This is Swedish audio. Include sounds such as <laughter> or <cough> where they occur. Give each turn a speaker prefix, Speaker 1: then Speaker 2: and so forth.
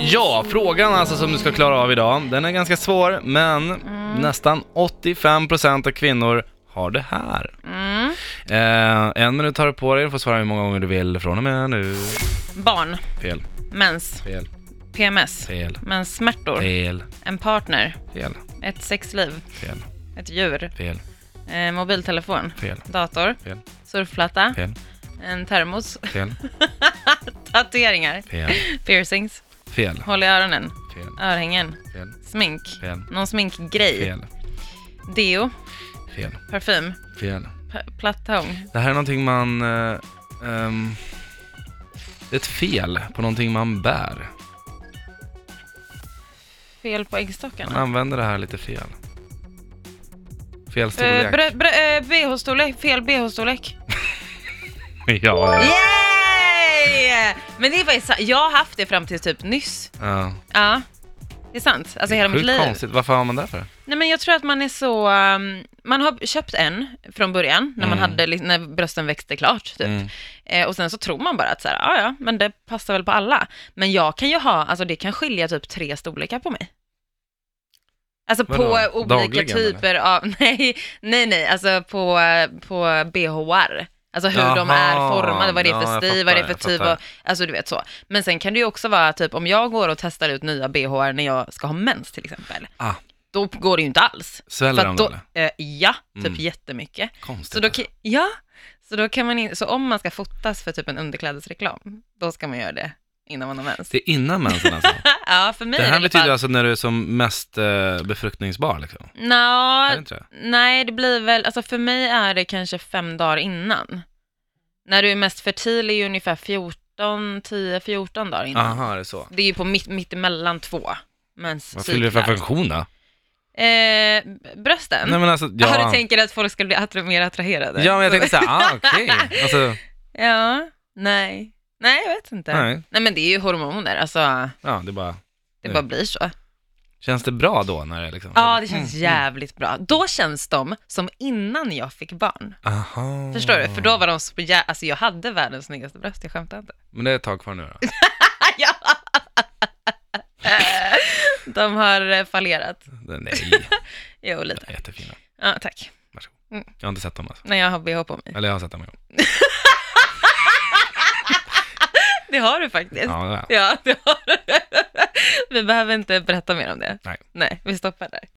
Speaker 1: Ja, frågan alltså som du ska klara av idag, den är ganska svår, men nästan 85% av kvinnor har det här.
Speaker 2: Mm.
Speaker 1: Eh, en minut har du på dig, du får svara hur många gånger du vill från och med nu.
Speaker 2: Barn,
Speaker 1: Fel,
Speaker 2: mens,
Speaker 1: fel,
Speaker 2: PMS,
Speaker 1: fel,
Speaker 2: menssmärtor,
Speaker 1: fel,
Speaker 2: en partner,
Speaker 1: fel,
Speaker 2: ett sexliv,
Speaker 1: fel,
Speaker 2: ett djur,
Speaker 1: fel,
Speaker 2: eh, mobiltelefon,
Speaker 1: fel,
Speaker 2: dator,
Speaker 1: Fel.
Speaker 2: surfplatta,
Speaker 1: fel,
Speaker 2: en termos, <laughs>
Speaker 1: fel,
Speaker 2: tatueringar,
Speaker 1: fel,
Speaker 2: piercings,
Speaker 1: fel,
Speaker 2: håll i öronen,
Speaker 1: fel,
Speaker 2: örhängen,
Speaker 1: fel,
Speaker 2: smink,
Speaker 1: fel,
Speaker 2: någon sminkgrej,
Speaker 1: fel,
Speaker 2: deo,
Speaker 1: fel,
Speaker 2: parfym,
Speaker 1: fel.
Speaker 2: p- plattång,
Speaker 1: Det här är någonting man... Eh, ehm, det är ett fel på någonting man bär.
Speaker 2: fel på äggstockarna.
Speaker 1: Man använder det här lite fel. Fel
Speaker 2: Eh,
Speaker 1: storlek.
Speaker 2: bre- bre- eh, BH-storlek, fel BH-storlek.
Speaker 1: <laughs> ja, ja.
Speaker 2: Yay! Men det är faktiskt sa- jag har haft det fram till typ nyss.
Speaker 1: ja.
Speaker 2: Ja, det är sant. Alltså hela mitt
Speaker 1: Sjukt
Speaker 2: liv.
Speaker 1: konstigt. Varför har man det för?
Speaker 2: Nej men jag tror att man är så, um, man har köpt en från början när man
Speaker 1: Mm.
Speaker 2: hade, li- när brösten växte klart typ.
Speaker 1: Mm.
Speaker 2: Eh, och sen så tror man bara att så här, "Ah, ja ja, men det passar väl på alla. Men jag kan ju ha, alltså det kan skilja typ tre storlekar på mig. Alltså på
Speaker 1: Vadå?
Speaker 2: olika
Speaker 1: Dagligen,
Speaker 2: typer av, <laughs> nej, nej, nej, alltså på, på bhar. Alltså hur de är
Speaker 1: Jaha.
Speaker 2: formade, vad det är
Speaker 1: Ja,
Speaker 2: för
Speaker 1: jag
Speaker 2: stil, vad det är för
Speaker 1: fattar, jag
Speaker 2: typ
Speaker 1: fattar.
Speaker 2: av, alltså du vet så. Men sen kan det ju också vara typ om jag går och testar ut nya bhar när jag ska ha mens till exempel.
Speaker 1: Ah.
Speaker 2: Då går det ju inte alls.
Speaker 1: Sväller
Speaker 2: För
Speaker 1: de
Speaker 2: att
Speaker 1: då,
Speaker 2: då,
Speaker 1: eller?
Speaker 2: eh, ja, typ
Speaker 1: Mm.
Speaker 2: jättemycket.
Speaker 1: Konstigt.
Speaker 2: Så då, kan- ja, så då kan man in, så om man ska fotas för typ en underklädesreklam, då ska man göra det innan man har mens.
Speaker 1: Det är innan mensen alltså.
Speaker 2: <laughs> Ja, för mig
Speaker 1: Det
Speaker 2: i
Speaker 1: här
Speaker 2: alla
Speaker 1: betyder
Speaker 2: fall.
Speaker 1: alltså när du är som mest eh, befruktningsbar liksom? Är det
Speaker 2: Nå,
Speaker 1: inte det?
Speaker 2: nej, det blir väl, alltså för mig är det kanske fem dagar innan. När du är mest fertil är ju ungefär 14, 10-14 dagar innan.
Speaker 1: Aha, är det så?
Speaker 2: Det är ju på mitt, mitt emellan två
Speaker 1: Vad fyller det för
Speaker 2: menscyklar.
Speaker 1: funktion då?
Speaker 2: Mm. Eh, brösten?
Speaker 1: Nej men alltså,
Speaker 2: ja.
Speaker 1: ja.
Speaker 2: du tänker att folk ska bli attra- mer attraherade?
Speaker 1: Ja men jag tänkte såhär, ah
Speaker 2: <laughs>
Speaker 1: okej. Alltså,
Speaker 2: Ja, nej. Nej, jag vet inte.
Speaker 1: nej.
Speaker 2: Nej men det är ju hormoner, alltså
Speaker 1: Ja, det bara,
Speaker 2: det
Speaker 1: Ja.
Speaker 2: bara blir så.
Speaker 1: känns det bra då när det är liksom?
Speaker 2: Ja, det känns jävligt bra. Då känns de som innan jag fick barn.
Speaker 1: Aha.
Speaker 2: Förstår du? För då var de så jä- alltså jag hade världens snyggaste bröst, jag skämtar inte. <laughs>
Speaker 1: Men det är ett tag kvar nu då?
Speaker 2: ja. <laughs> de har eh, fallerat.
Speaker 1: Nej,
Speaker 2: Jo, lite.
Speaker 1: de är jättefina.
Speaker 2: Ja, tack. Mm.
Speaker 1: Jag har inte sett dem alltså.
Speaker 2: När jag har bh på mig.
Speaker 1: Eller jag har sett dem en gång.
Speaker 2: Det har du faktiskt. Ja,
Speaker 1: Ja, det har jag.
Speaker 2: <laughs> det har du. Vi behöver inte berätta mer om det.
Speaker 1: Nej.
Speaker 2: Nej, vi stoppar där.